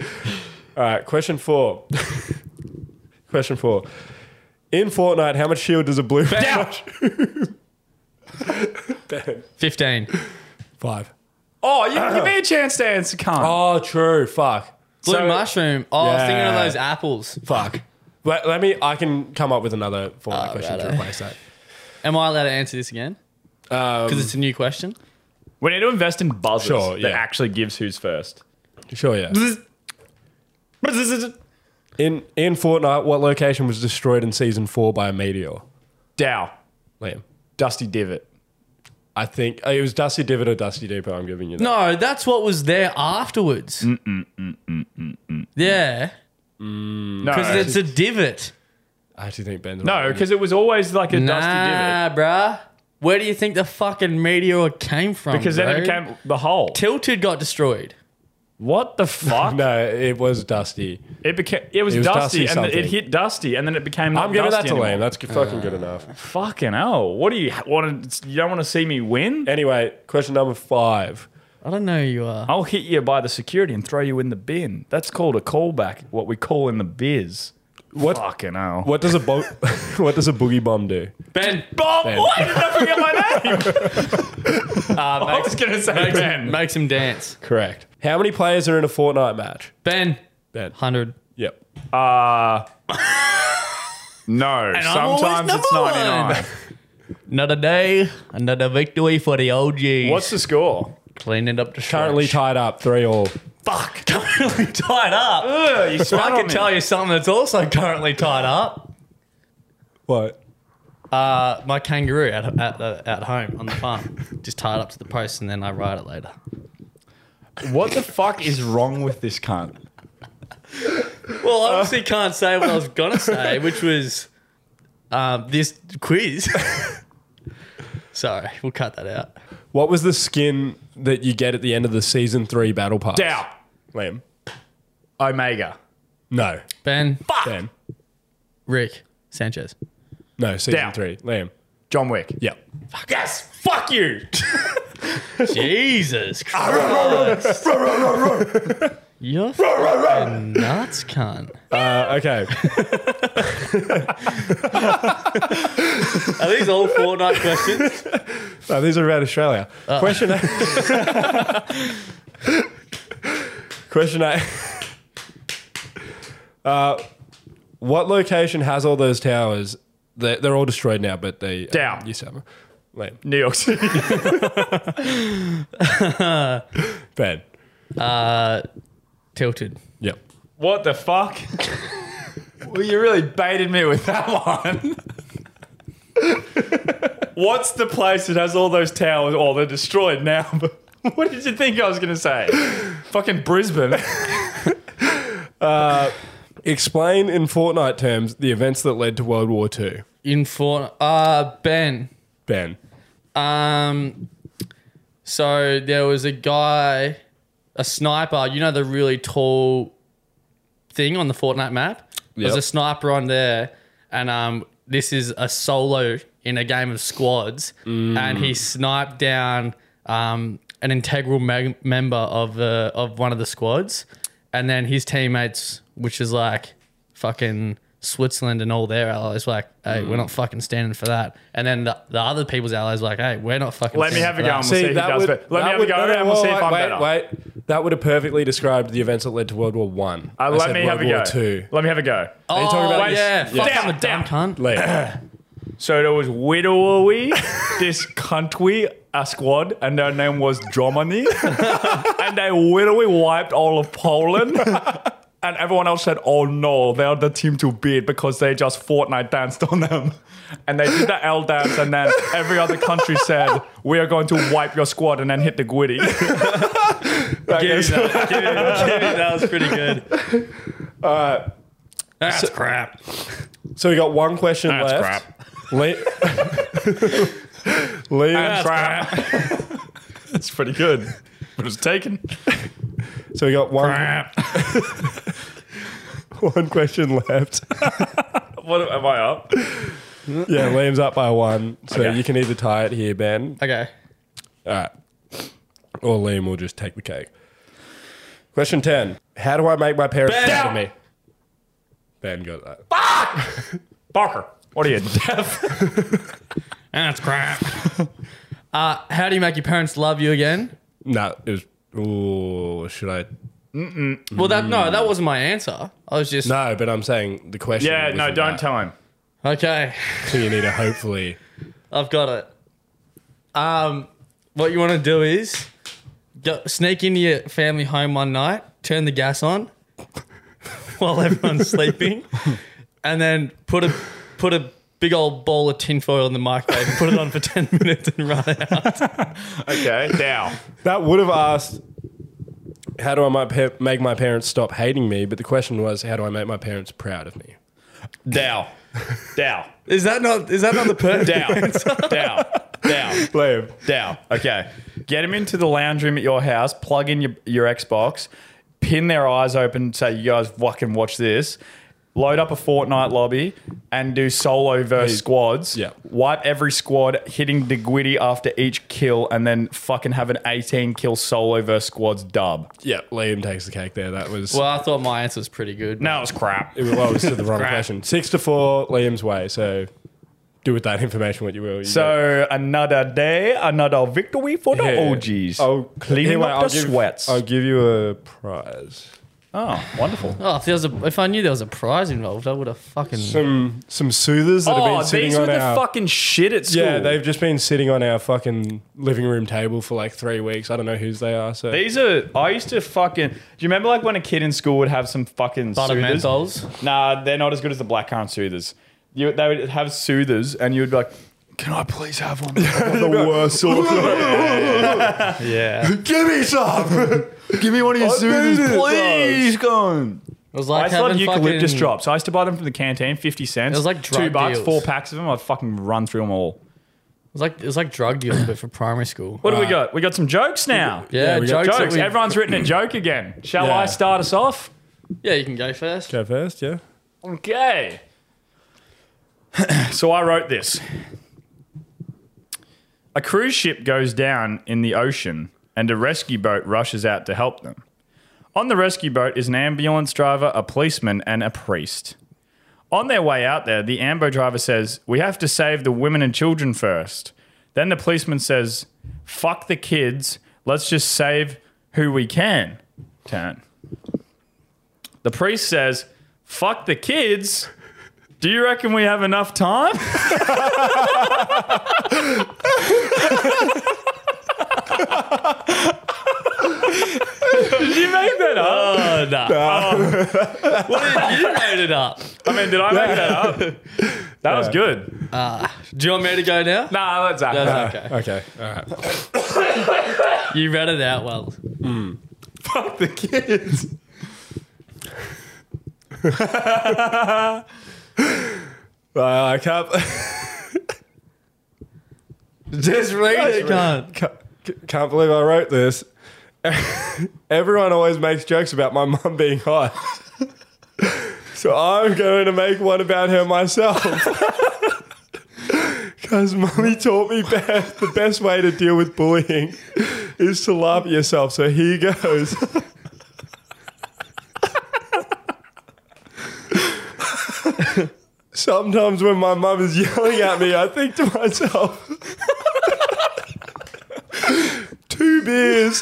All right, question four. question four. In Fortnite, how much shield does a blue man Down. Fifteen. Five. Oh, you give me a chance to answer. Can't. Oh, true. Fuck. Blue So- mushroom. Oh, I was thinking of Yeah. those apples. Fuck. Let, let me. I can come up with another Fortnite Oh, question to righto. replace that. Am I allowed to answer this again? Um, Because it's a new question. We need to invest in buzzers Sure, yeah. that actually gives who's first. Sure. Yeah. In in Fortnite, what location was destroyed in season four by a meteor? Dow. Liam. Dusty Divot. I think oh, it was Dusty Divot or Dusty Depot. I'm giving you that. No, that's what was there afterwards. Mm, Yeah, No. because it's a divot. I actually think Ben's no, because it was always like a Dusty Divot. Nah, bruh. Where do you think the fucking meteor came from? Because then it bro? became the hole. tilted, got destroyed. What the fuck? No, it was Dusty. It became. It was, It was Dusty, Dusty and then it something. hit Dusty, and then it became. Not I'm giving that Dusty to anymore. Liam. That's g- fucking good enough. Fucking hell! What do you want to? You don't want to see me win? Anyway, question number five. I don't know who you are. I'll hit you by the security and throw you in the bin. That's called a callback. What we call in the biz. What Fucking hell! what does a bo- what does a boogie bomb do? Ben, Bob, Ben. Oh, why did I forget my name? I was gonna say Ben. makes him dance. Correct. How many players are in a Fortnite match? Ben, Ben. hundred. Yep. Uh, no. I'm always Sometimes it's number 99. Another day, another victory for the OGs. What's the score? cleaning up the Currently tied up three all. Fuck. currently tied up? Ugh, you I can tell you something that's also currently tied up. What? Uh, my kangaroo at, at, at home on the farm just tied up to the post, and then I ride it later. What the fuck is wrong with this cunt? Well, I obviously can't say what I was gonna say, which was um, this quiz. Sorry, we'll cut that out. What was the skin that you get at the end of the season three battle pass? Dow. Liam. Omega. No. Ben, Ben. Rick, Sanchez. No. Season Dow. three. Liam. John Wick. Yep. Yes. Fuck you. Jesus Christ. You're fucking nuts, cunt. Uh, okay. Are these all Fortnite questions? No, Oh, these are about Australia. Question eight. Question eight. Uh, what location has all those towers? They're, they're all destroyed now, but they. uh, Down. You said them. Wait, New York City. Ben. Uh, tilted. What the fuck? well, you really baited me with that one. What's the place that has all those towers? Oh, they're destroyed now. But what did you think I was going to say? Fucking Brisbane. Uh, Explain in Fortnite terms the events that led to World War II. In for uh Ben. Ben. Um, so there was a guy, a sniper. You know the really tall thing on the Fortnite map. There's Yep. a sniper on there, and um, this is a solo in a game of squads, and he sniped down um an integral me- member of the of one of the squads, and then his teammates, which is like fucking Switzerland and all their allies, were like, hey, we're not fucking standing for that. And then the, the other people's allies, were like, hey, we're not fucking. Let me standing have for a go that." on We'll see who does better. Let me have a go and we'll see if I'm better. wait, Wait, that would have perfectly described the events that led to World War One. Uh, I let said me have a World go. War Two. Let me have a go. Oh, you talking about this? yeah, fuck, Yeah. I'm a dumb cunt. Later. So there was Widowy, this country, a squad, and their name was Germany. and they Widowy wiped all of Poland. and everyone else said, oh no, they're the team to beat because they just Fortnite danced on them. And they did the L dance, and then every other country said, we are going to wipe your squad and then hit the Gwitty. Give me that. Give me that. Give me that. was pretty good. All right. That's crap. So we got one question That's left. Le- Liam. That's pretty good. But it was taken. So we got one, one question left. What am I up? Yeah, Liam's up by one. So Okay. you can either tie it here, Ben. Okay. All right. Or Liam will just take the cake. Question 10. How do I make my parents Ben! proud of me? Ben got that. Barker. What are you? That's crap. Uh, how do you make your parents love you again? No, it was. Oh, should I? Well, that no, that wasn't my answer. I was just No, but I'm saying the question. Yeah, no, wasn't don't that. tell him. okay. So you need to hopefully. I've got it. Um, what you want to do is go, sneak into your family home one night, turn the gas on while everyone's sleeping, and then put a put a big old ball of tinfoil in the microwave, put it on for ten minutes, and run out. Okay, now. That would have asked. How do I my pa- make my parents stop hating me? But the question was, how do I make my parents proud of me? Dow. Dow. Is that not is that not the perfect? Dow. Dow. Dow. Liam. Dow. Okay. Get them into the lounge room at your house, plug in your, your Xbox, pin their eyes open, say, you guys fucking watch this. Load up a Fortnite lobby and do solo versus squads. yeah. Wipe every squad, hitting the Gwitty after each kill, and then fucking have an 18 kill solo versus squads dub. Yeah, Liam takes the cake there. That was. Well, Well, I thought my answer was pretty good. No, it's crap. it was, well, it was to the wrong Crap. question. Six to four, Liam's way. So do with that information what you will. You So another day, another victory for the Yeah. OGs. I'll- cleaning anyway, oh, up I'll the give- sweats. I'll give you a prize. oh, wonderful. Oh, if there was a, if I knew there was a prize involved, I would have fucking. Some some soothers that have Oh, been sitting these were on the our. fucking shit at school. Yeah, they've just been sitting on our fucking living room table for like three weeks. I don't know whose they are. So These are. I used to fucking. Do you remember like when a kid in school would have some fucking Butter soothers? menthols. Nah, they're not as good as the blackcurrant soothers. You, they would have soothers, and you'd be like, "Can I please have one?" the worst sort. Yeah, it Give me some. Give me one of your soothers, please. Gone. was I like used to love having eucalyptus fucking- drops. I used to buy them from the canteen, fifty cents. It was like two drug bucks, deals. four packs of them. I'd fucking run through them all. It was like it was like drug deals, but for primary school. What do we got? We got some jokes now. Uh, Yeah, we got jokes. that jokes. we- Everyone's written a joke again. Shall Yeah. I start us off? yeah, you can go first. Go first, yeah. Okay. so I wrote this. A cruise ship goes down in the ocean and a rescue boat rushes out to help them. On the rescue boat is an ambulance driver, a policeman, and a priest. On their way out there, the ambo driver says, We have to save the women and children first. Then the policeman says, Fuck the kids, let's just save who we can. Turn. The priest says, Fuck the kids. Do you reckon we have enough time? Did you make that up? Oh, no. Well, you made it up. I mean, did I make that up? That was good. Do you want me to go now? Nah, that's accurate. That's okay. Okay, all right. You read it out well. Fuck the kids. Uh, I can't. Just read it. can't. Ca- Can't believe I wrote this. Everyone always makes jokes about my mum being hot. so I'm going to make one about her myself. Because mummy taught me best, the best way to deal with bullying is to laugh at yourself. So here goes. Sometimes when my mum is yelling at me, I think to myself, two beers.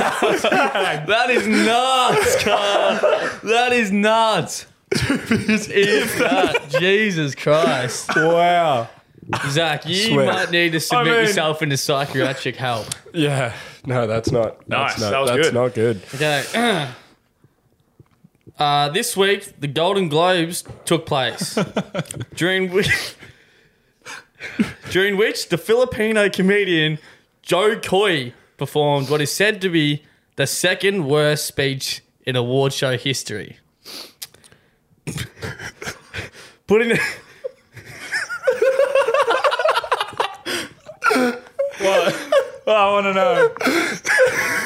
That is nuts, Carl. That is nuts. if that, Jesus Christ. Wow. Zach, you Swear. might need to submit mean- yourself into psychiatric help. Yeah. No, that's not. Nice, That's not, that was that's good. not good. Okay. Uh, this week, the Golden Globes took place, during which, during which the Filipino comedian Joe Coy performed what is said to be the second worst speech in award show history. Putting. Oh, I want to know.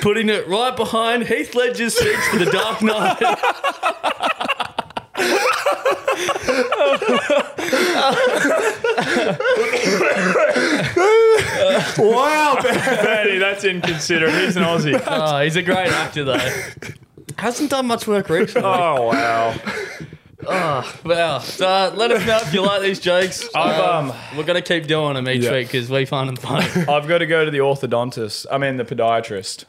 putting it right behind Heath Ledger's speech for The Dark Knight. Wow. man. Manny, that's inconsiderate. He's an Aussie. oh, he's a great actor though. Hasn't done much work recently. Oh, wow. Wow. So uh, let us know if you like these jokes. Oh. I've, um, We're gonna keep doing them each week 'cause week because we find them Oh. funny. I've got to go to the orthodontist. I mean, the podiatrist.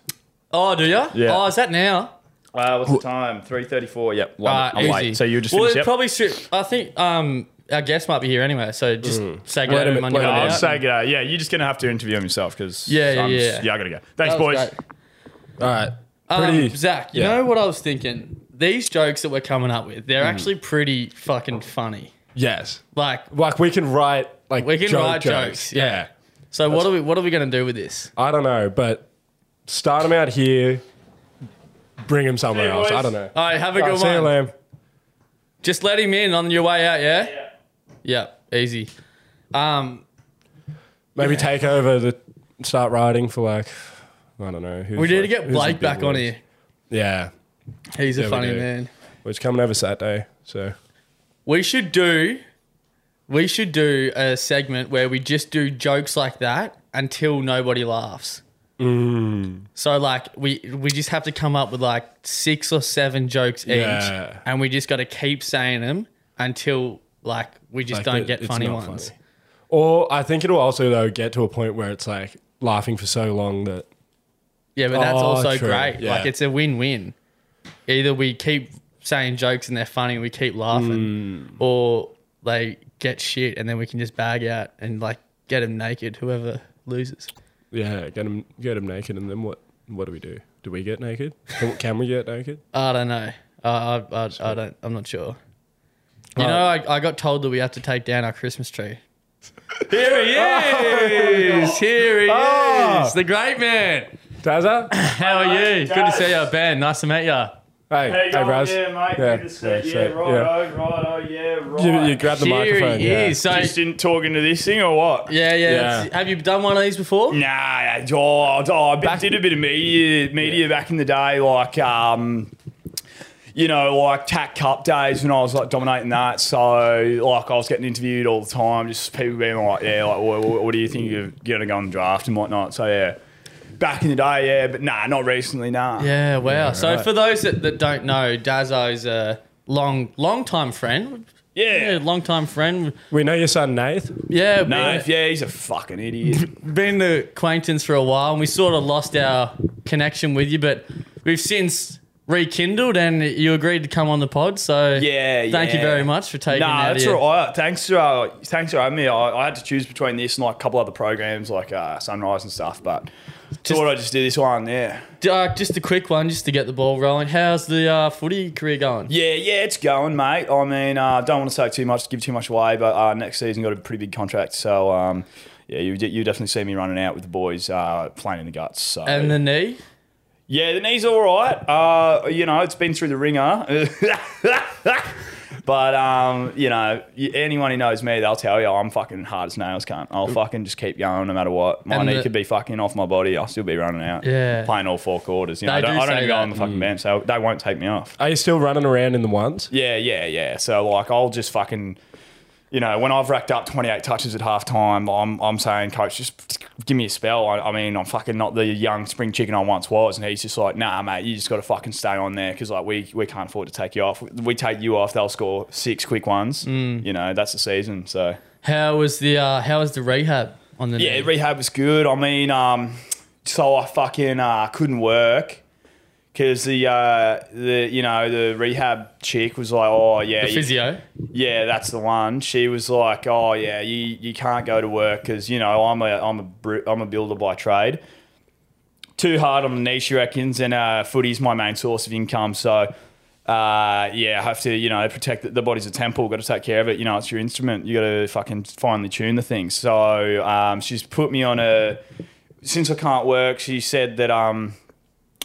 oh, do you? Yeah. Oh, is that now? Uh, what's the time? 3.34. Yep. Well, Uh, I'm easy. late. So you just well, finish it yep. probably should. I think um, our guest might be here anyway, so just say good Mm. Wait a to him minute, on wait your a No, way I'll out. just say, uh, yeah, you're just going to have to interview him yourself because Yeah, yeah, yeah. yeah, I got to go. Thanks, That was boys. great. All right. Um, Pretty. Zach, you yeah. Mm. know what I was thinking? These jokes that we're coming up with, they're actually pretty fucking funny. yes. Like, Like we can write like We can joke write jokes, yeah. so what are we? What are we gonna do with this? I don't know, but start them out here. Bring them somewhere See you, else. I boys. don't know. All right, have a All right, good see you, one. Lamb. Just let him in on your way out, yeah? Yeah. Yeah, easy. Um, Maybe take over the start writing for like I don't know. Who's we need to like- get who's Blake the big back on ones? here. Yeah, He's a we funny do. man. well, it's coming over Saturday, so We should do we should do a segment where we just do jokes like that until nobody laughs. Mm. So like we we just have to come up with like six or seven jokes Yeah. each and we just got to keep saying them until like we just like, don't it- get it's funny not ones. funny. Or I think it'll also though get to a point where it's like laughing for so long that Yeah, but that's Oh, also true. great. Yeah. Like it's a win-win. Either we keep saying jokes and they're funny and we keep Mm. laughing, or they get shit and then we can just bag out and like get them naked. Whoever loses. yeah, get them get them naked, and then what? What do we do? Do we get naked? Can, can we get naked? I don't know. I I, I, I don't. I'm not sure. You know, I, I got told that we have to take down our Christmas tree. Here he is! Here he Ah! is! The great man! Daza, How are you? Good to see you, Ben. Nice to meet you. hey, hey, Raz, righto, yeah, right. You, you grab the Here microphone. he yeah. is. So, Just in talking to this thing or what? Yeah, yeah. that's- Yeah. Have you done one of these before? Nah, oh, oh, I did a bit of media media back in the day, like um, you know, like TAC Cup days when I was like dominating that. So like I was getting interviewed all the time, just people being like, yeah, like what, what what do you think you're gonna go and draft and whatnot. So yeah, back in the day, yeah, but nah, not recently, nah. Yeah, wow. so right. for those that, that don't know, Dazzo's a long, long time friend. Yeah. Yeah, long time friend. We know your son, Nath. Yeah, No, been- if- yeah, he's a fucking idiot. been the acquaintance for a while, and we sort of lost our connection with you, but we've since rekindled, and you agreed to come on the pod. So Yeah, thank you yeah. very much for taking. Nah, out that's your, all right. Thanks for uh, thanks for having me. I, I had to choose between this and like a couple other programs like uh, Sunrise and stuff, but Just- thought I'd just do this one. Yeah, Uh, just a quick one, just to get the ball rolling. How's the uh, footy career going? yeah, yeah. It's going, mate. I mean, uh, don't want to say too much, give too much away, but uh, next season got a pretty big contract, so um, yeah, you you definitely see me running out with the boys, uh, playing in the guts. So. And the knee? Yeah, the knee's all right. Uh, you know, it's been through the ringer. but, um, you know, y- anyone who knows me, they'll tell you I'm fucking hard as nails, can't. I'll fucking just keep going no matter what. My Mm. And knee the- could be fucking off my body. I'll still be running out. Yeah. Playing all four quarters. You know, They I don't, do I don't say even go that. Mm. on the fucking bench, so they won't take me off. Are you still running around in the ones? Yeah, yeah, yeah. So, like, I'll just fucking. You know, when I've racked up 28 touches at halftime, I'm, I'm saying, coach, just give me a spell. I, I mean, I'm fucking not the young spring chicken I once was. And he's just like, nah, mate, you just got to fucking stay on there because, like, we, we can't afford to take you off. We take you off, they'll score six quick ones. You know, that's the season. So, How was the uh, how was the rehab on the yeah, knee? rehab was good. I mean, um, so I fucking uh, couldn't work because the, uh, the, you know, the rehab chick was like, oh, yeah. the you- physio. yeah, that's the one. She was like, "Oh yeah, you, you can't go to work because you know I'm a I'm a bru- I'm a builder by trade. Too hard on the knee, she reckons, and uh, footy's my main source of income. So, uh, yeah, I have to you know protect the, the body's a temple. Got to take care of it. You know, it's your instrument. You got to fucking finely tune the thing. So um, she's put me on a. Since I can't work, she said that um,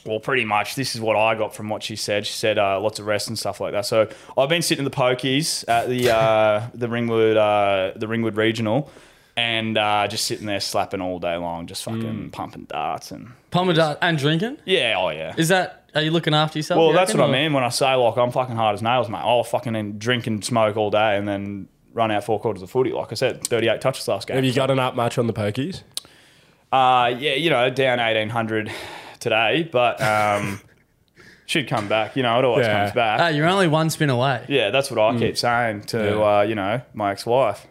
well, pretty much. This is what I got from what she said. She said uh, lots of rest and stuff like that. So I've been sitting in the pokies at the uh, the Ringwood uh, the Ringwood Regional, and uh, just sitting there slapping all day long, just Mm. fucking pumping darts and Pomodoro and drinking. yeah, oh yeah. Is that are you looking after yourself? well, you that's reckon, what I or- mean when I say like I'm fucking hard as nails, mate. I'll fucking then drink and smoke all day and then run out four quarters of footy. Like I said, 38 touches last game. Have you gotten up much on the pokies? Uh, yeah, you know, down 1800 today, but um, should come back. You know, it always Yeah. comes back. Hey, Ah, you're only one spin away. Yeah, that's what I keep saying to Yeah. uh, you know my ex-wife.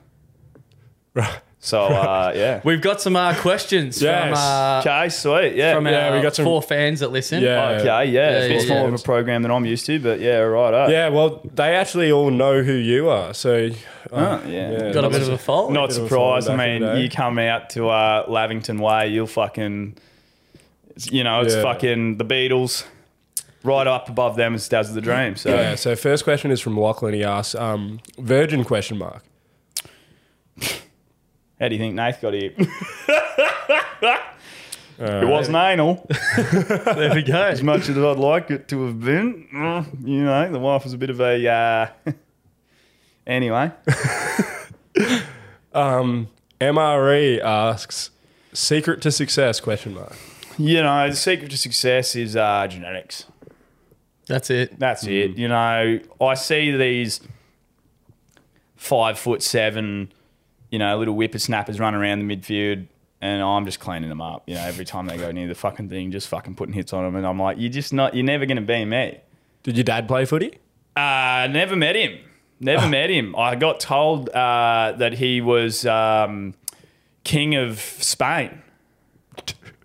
Right. So uh, yeah. We've got some uh, questions Yes. from uh, Okay, sweet. Yeah. from Yeah, our we got some- four fans that listen. Yeah. okay, yeah. Yeah, it's yeah, more yeah. of a program than I'm used to, but yeah, right. Yeah, well, they actually all know who you are. So, uh, yeah. Got a bit of a fault. Not Bit of a surprised. I falling back in the mean, day. you come out to uh, Lavington Way, you'll fucking, it's- you know, it's Yeah. fucking the Beatles. Right up above them is Dazzle the Dream. So yeah. So, first question is from Lachlan. He asks, um, "Virgin?" Question mark. how do you think Nath got here? It wasn't anal There we go. as much as I'd like it to have been. Mm, You know, the wife was a bit of a. Uh, anyway, Um, MRE E asks, "Secret to success?" Question mark. you know, the secret to success is uh, genetics. That's it. That's it. You know, I see these five foot seven, you know, little whippersnappers run around the midfield, and I'm just cleaning them up. You know, every time they go near the fucking thing, just fucking putting hits on them, and I'm like, you're just not, you're never gonna be me. Did your dad play footy? Uh, never met him. Ah. Never met him. I got told uh, that he was um, king of Spain.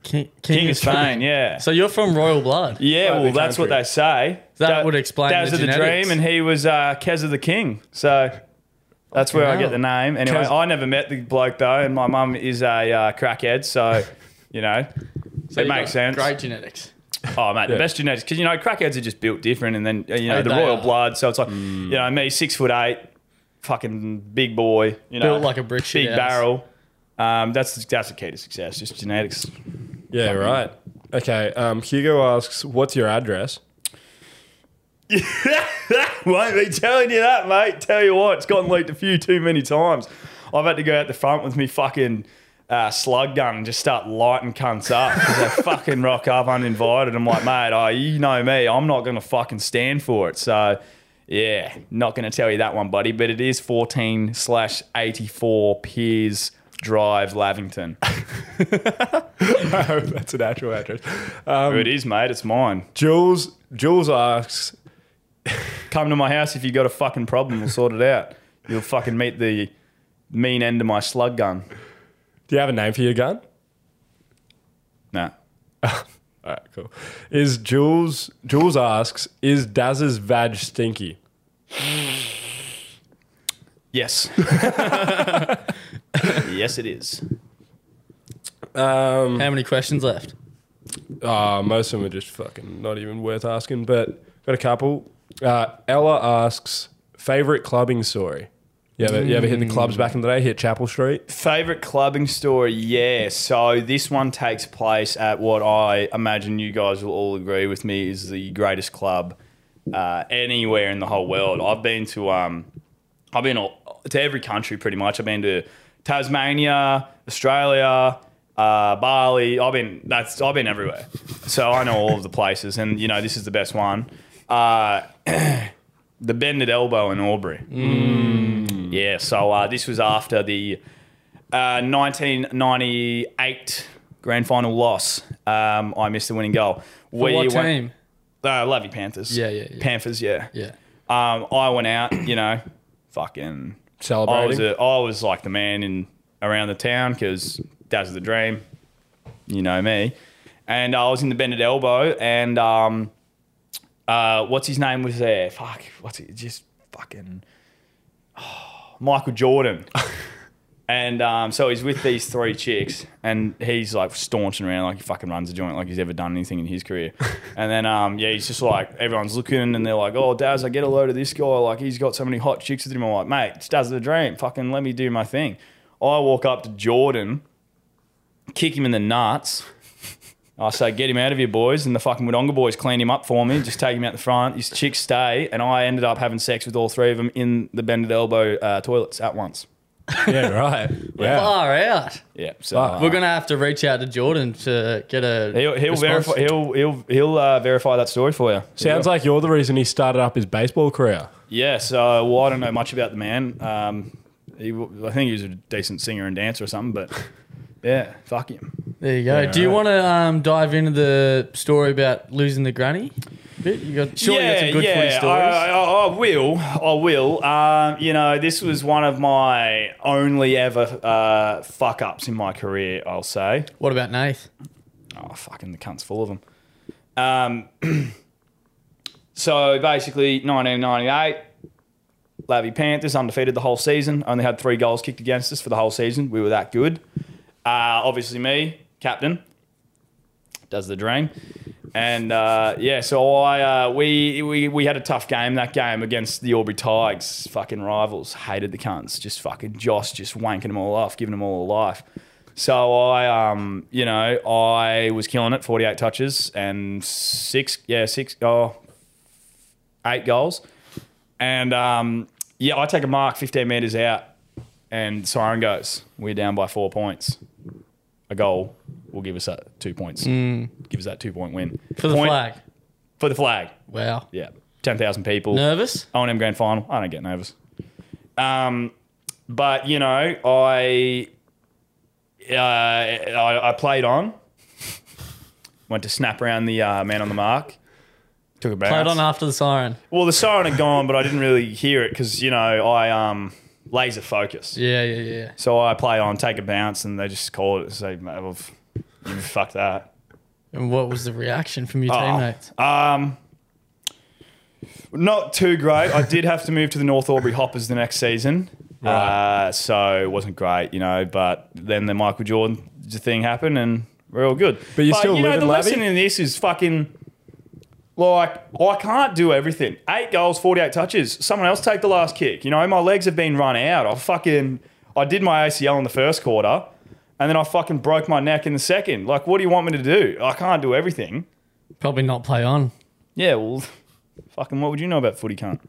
King, King of Spain, yeah. So you're from royal blood. Yeah, Like well, the that's what country. they say. That would explain Daz the of the genetics. Dream, and he was uh, Kez of the King. So that's where I hell. get the name. Anyway, Kez- I never met the bloke though, and my mum is a uh, crackhead, so you know So it you makes got sense. Great genetics. Oh mate, Yeah. the best genetics because you know crackheads are just built different, and then uh, you know Oh, the they royal are. Mm. blood. So it's like you know me, six foot eight, fucking big boy, you know, Built like a brick big shithouse. barrel. Um, that's that's the key to success, just genetics. Yeah, right. Okay. Um, Hugo asks, "What's your address?" Won't be telling you that, mate. Tell you what, it's gotten leaked a few too many times. I've had to go out the front with me fucking uh, slug gun and just start lighting cunts up because they fucking rock up uninvited. I'm like, mate, oh, you know me, I'm not going to fucking stand for it. So, yeah, not going to tell you that one, buddy, but it is 14 slash 84 Piers Drive, Lavington. That's an actual address. it is, mate. It's mine. Jules Jules asks, Come to my house if you got a fucking problem. We'll sort it out. You'll fucking meet the mean end of my slug gun. Do you have a name for your gun? Nah. All right, cool. Is Jules Jules asks, is Daz's vag stinky? Yes. yes, it is. Um, How many questions left? Ah, most of them are just fucking not even worth asking, but got a couple. Uh, Ella asks, favorite clubbing story? You ever, you ever hit the clubs back in the day? Hit Chapel Street? Favorite clubbing story? Yeah. So this one takes place at what I imagine you guys will all agree with me is the greatest club uh, anywhere in the whole world. I've been to um, I've been all, to every country pretty much. I've been to Tasmania, Australia, uh, Bali. I've been that's I've been everywhere. So I know all of the places, and you know this is the best one. Uh, the bended elbow in Aubrey. Mm. Yeah. So uh, this was after the uh, 1998 grand final loss. Um, I missed the winning goal. For We what went- team? Uh, Lovey Panthers. Yeah, yeah, yeah. Panthers. Yeah. Yeah. Um, I went out, you know, fucking. I was, Celebrating? a, I was like the man in around the town because that's the dream. You know me. And I was in the bended elbow, and um, uh, what's his name was there? Fuck, what's it? Just fucking Michael Jordan. and um, so he's with these three chicks, and he's like staunching around like he fucking runs a joint like he's ever done anything in his career. And then um, yeah, he's just like everyone's looking, and they're like, "Oh, Daz, I get a load of this guy. Like he's got so many hot chicks with him." I'm like, "Mate, it's Daz the dream. Fucking let me do my thing." I walk up to Jordan, kick him in the nuts. I say, get him out of here, boys. And the fucking Wodonga boys clean him up for me, just take him out the front. His chicks stay. And I ended up having sex with all three of them in the bended elbow uh, toilets at once. yeah, right. Yeah. Far out. Yeah. So Wow. uh, We're gonna have to reach out to Jordan to get a. he'll, he'll, response. verify, he'll, he'll, he'll uh, verify that story for you. Sounds like you're the reason he started up his baseball career. Yeah. So uh, well, I don't know much about the man. Um, he, w- I think he was a decent singer and dancer or something, but yeah, fuck him. There you go. Do you right. want to um, dive into the story about losing the granny? a Bit? You got surely you got some good footy stories. I, I, I will. I will. Um, you know, this was one of my only ever uh, fuck ups in my career, I'll say. what about Nath? Oh, fucking the cunt's full of them. Um, so basically, 1998, Lavi Panthers undefeated the whole season. Only had three goals kicked against us for the whole season. We were that good. Uh, obviously, me, captain, does the dream. And uh, yeah, so I uh, we, we we had a tough game that game against the Aubrey Tigers, fucking rivals. Hated the cunts, just fucking Josh, just wanking them all off, giving them all a life. So I, um, you know, I was killing it, forty eight touches and six, yeah, six, oh, eight goals. And um, yeah, I take a mark 15 metres out, and siren goes. We're down by four points. A goal will give us that two points. Give us that two point win. Mm. For the Point- flag. For the flag. Wow. Yeah. 10,000 people. Nervous? O&M grand final. I don't get nervous. Um, but you know, I uh, I, I played on. Went to snap around the uh, man on the mark. Took a bounce. Played on after the siren. Well, the siren had gone, but I didn't really hear it because you know I um laser focus. Yeah, yeah, yeah. So I play on, take a bounce, and they just call it and say, "Mate, we've- you fucked that." And what was the reaction from your Oh. Ah. teammates? Um, not too great. I did have to move to the North Aubrey Hoppers the next season, uh, so it wasn't great, you know. But then the Michael Jordan thing happened, and we're all good. But you still you know, live the in Labby? lesson in this is fucking like I can't do everything. Eight goals, forty-eight touches. Someone else take the last kick. You know, my legs have been run out. I fucking I did my ACL in the first quarter, and then I fucking broke my neck in the second. Like, what do you want me to do? I can't do everything. Probably not play on. Yeah, well, fucking what would you know about footy cunt?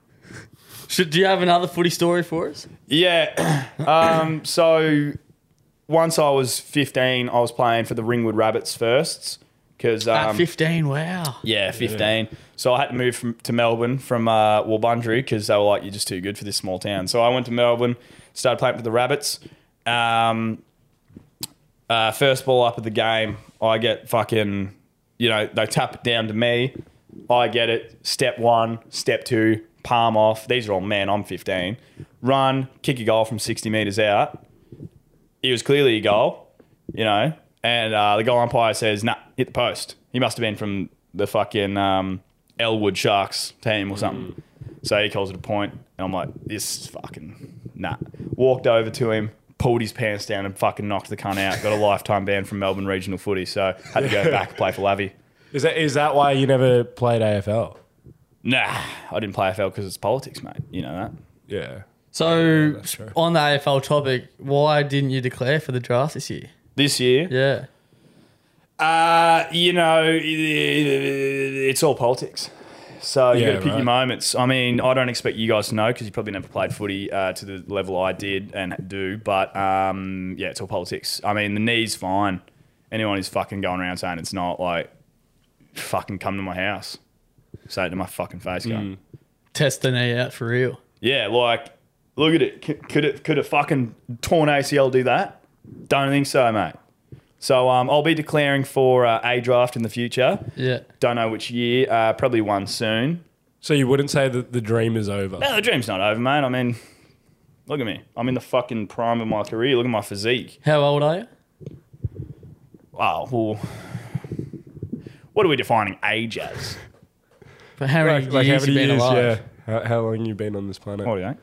Should, do you have another footy story for us? Yeah. um, so once I was 15, I was playing for the Ringwood Rabbits firsts. Because At um, 15, wow. yeah, 15. So I had to move from, to Melbourne from uh, Wurundjeri because they were like, you're just too good for this small town. So I went to Melbourne, started playing for the Rabbits. Um, uh, first ball up of the game, I get fucking, you know, they tap it down to me. I get it. Step one, step two, palm off. These are all men. I'm 15. run, kick a goal from 60 metres out. It was clearly a goal, you know, and uh, the goal umpire says, nah, hit the post. He must have been from the fucking um, Elwood Sharks team or something. So he calls it a point, and I'm like, this is fucking nah. Walked over to him, pulled his pants down, and fucking knocked the cunt out. Got a lifetime ban from Melbourne Regional Footy, so had to go back and play for Lavi. Is that is that why you never played AFL? Nah, I didn't play AFL because it's politics, mate. You know that. Yeah. So true. on the AFL topic, why didn't you declare for the draft this year? This year, Yeah. Uh, you know, i- i- it's all politics. So you Yeah, got to pick your right. moments. I mean, I don't expect you guys to know because you probably never played footy uh, to the level I did and do. But um, yeah, it's all politics. I mean, the knee's fine. Anyone who's fucking going around saying it's not, like, fucking come to my house. Say it to my fucking face, go. Hmm. Test the knee out for real. Yeah, like, look at it. C- Could it could a fucking torn ACL do that? Don't think so, mate. So um, I'll be declaring for uh, a draft in the future. Yeah. Don't know which year. Uh, probably one soon. So you wouldn't say that the dream is over? No, the dream's not over, mate. I mean, look at me. I'm in the fucking prime of my career. Look at my physique. How old are you? Oh, well, what are we defining age as? For how many Like, like years how many you been years? alive? Yeah. How, how long you been on this planet? What do you think?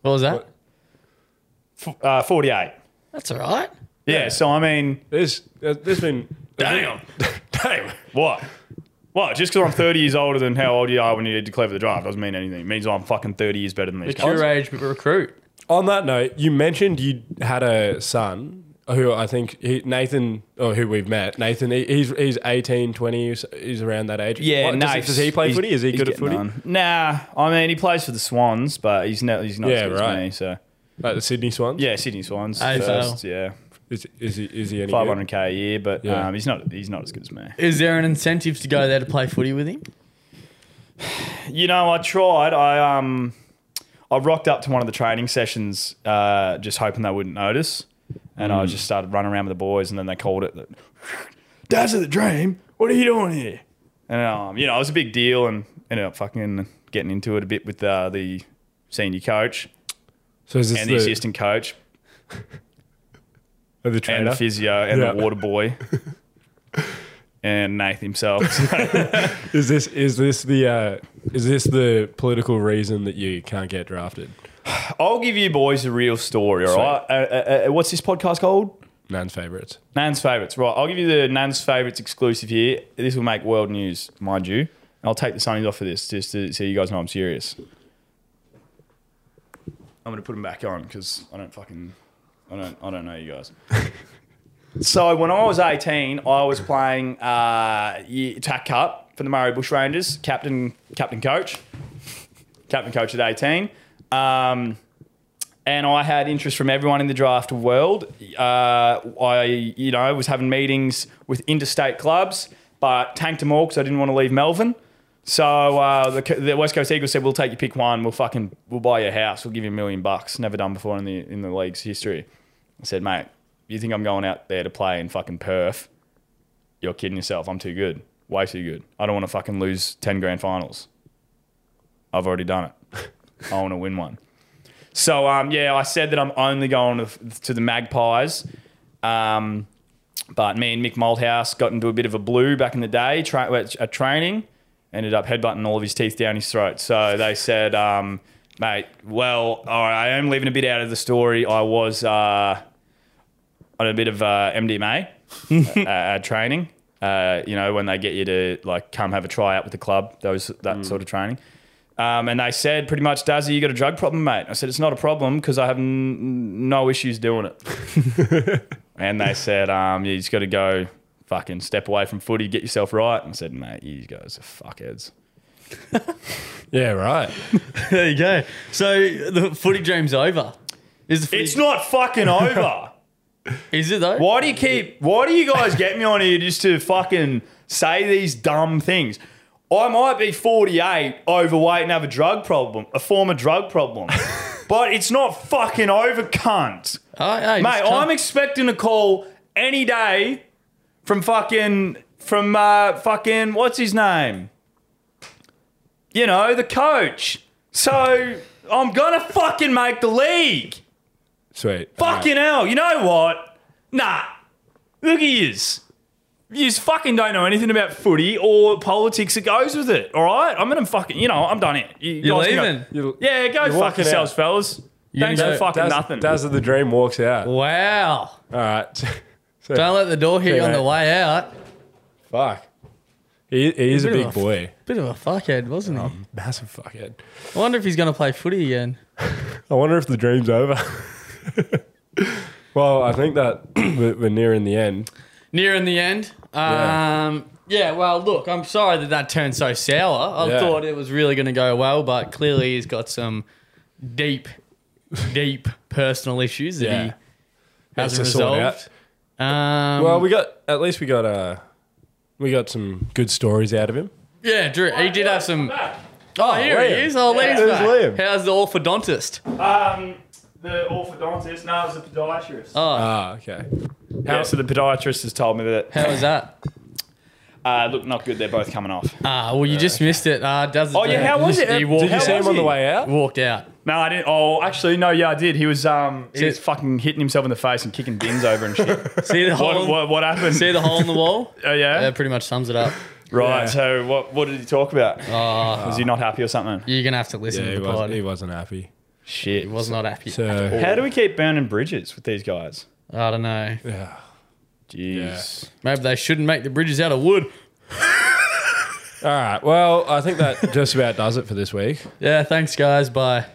What was that? What? F- uh, 48. That's all right. Yeah, so I mean, There's there's been damn. damn. What? What? Just because I'm 30 years older than how old you are when you declare for the draft doesn't mean anything. It means I'm fucking 30 years better than these Mature guys. age recruit. On that note, you mentioned you had a son who I think he, Nathan, or who we've met, Nathan, he, he's, he's 18, 20, he's, he's around that age. Yeah, What, no. does, does he play footy? Is he good at footy? Nah, I mean, he plays for the Swans, but he's not, he's not Yeah, as good right. as me, so... Like the Sydney Swans? Yeah, Sydney Swans. AFL. First, yeah, Is, is, he, is he any five good? hundred k a year, but Yeah. um, he's not he's not as good as me. Is there an incentive to go there to play footy with him? You know, I tried. I um, I rocked up to one of the training sessions, uh, just hoping they wouldn't notice, and Mm. I just started running around with the boys, and then they called it, "Dad's of the Dream, what are you doing here?" And um, you know, it was a big deal, and ended up fucking getting into it a bit with uh, the senior coach So is this and the, the assistant coach or the and trainer? the physio and Yeah. the water boy. And Nath himself. Is this is this the uh, is this the political reason that you can't get drafted? I'll give you boys a real story, all Sweet. right? Uh, uh, uh, what's this podcast called? Nan's favourites. Nan's Favourites. Right, I'll give you the Nan's Favourites exclusive here. This will make world news, mind you. And I'll take the sunnies off for this just to, so you guys know I'm serious. I'm going to put them back on because I don't fucking... I don't, I don't know you guys. so when I was 18, I was playing uh, year- TAC Cup for the Murray Bush Rangers, captain, captain coach. Captain coach at 18. Um, and I had interest from everyone in the draft world. Uh, I, you know, was having meetings with interstate clubs, but tanked them all because I didn't want to leave Melbourne. So uh, the, the West Coast Eagles said, "We'll take you pick one. We'll fucking we'll buy your house. We'll give you a million bucks. Never done before in the in the league's history." I said, "Mate, you think I'm going out there to play in fucking Perth? You're kidding yourself. I'm too good. Way too good. I don't want to fucking lose ten grand finals. I've already done it. I want to win one." So um, yeah, I said that I'm only going to, to the Magpies. Um, but me and Mick Malthouse got into a bit of a blue back in the day tra- at at training. Ended up headbutting all of his teeth down his throat. So they said, um, mate, well, all right, I am leaving a bit out of the story. I was uh, on a bit of uh, MDMA uh, at training. Uh, you know, when they get you to like come have a tryout with the club, those that sort of training. Um, and they said pretty much, Dazzy, you got a drug problem, mate. I said, it's not a problem because I have n- no issues doing it. and they said, um, you just got to go fucking step away from footy, get yourself right. And I said, mate, you guys are fuckheads. Yeah, right. there you go. So the footy dream's over. Is the footy, It's not fucking over. Is it though? Why do you keep? Why do you guys get me on here just to fucking say these dumb things? I might be 48, overweight, and have a drug problem, a former drug problem, but it's not fucking over, cunt. Oh, yeah, you Mate, just can't- I'm expecting a call any day from fucking from uh, fucking what's his name? You know the coach. So I'm gonna fucking make the league. Sweet. Fucking hell. You know what? Nah. Look at yous. Yous fucking don't know anything about footy or politics that goes with it. All right, I'm gonna fucking you know I'm done here. You You're guys can go- leaving? You- yeah, go fuck walking yourselves, out. fellas. Thanks gonna for go- fucking Daz, nothing. Daz of the Dream walks out. All Wow. right. So, Don't let the door hit you on mate. the way out. fuck. He, he is a Bit of big a- boy. Bit of a fuckhead, wasn't he? Massive fuckhead. I wonder if he's going to play footy again. I wonder if the dream's over. well, I think that we're we're nearing the end. Near in the end. Yeah. Um, yeah. well, look, I'm sorry that that turned so sour. I Yeah. thought it was really going to go well, but clearly he's got some deep, deep personal issues that Yeah. he hasn't to sort resolved. Um, Well, we got at least we got uh we got some good stories out of him. yeah, Drew, he did have some. Oh, here he Liam. is. Oh, Liam's There's back. Liam. How's the orthodontist? Um, the orthodontist. No, it was a podiatrist. Oh, Ah, okay. yeah, so the podiatrist has told me that. how was that? Uh, look, not good. They're both coming off. Ah, well, you just missed it. Uh, does Oh, yeah, how was it? He Did walked, Did you How see was him on the he? way out? walked out. No, I didn't. Oh, actually, no. Yeah, I did. He was um, he See- was fucking hitting himself in the face and kicking bins over and shit. See the hole. what, in- what, what happened? See the hole in the wall. Oh, yeah? That pretty much sums it up. Right. Yeah. So what what did he talk about? Ah. was he not happy or something? You're gonna have to listen Yeah, to he, the was, pod. he wasn't happy. Shit. was not happy. So How do we keep burning bridges with these guys? I don't know. yeah. Jeez. Maybe they shouldn't make the bridges out of wood. All right. Well, I think that just about does it for this week. Yeah. Thanks, guys. Bye.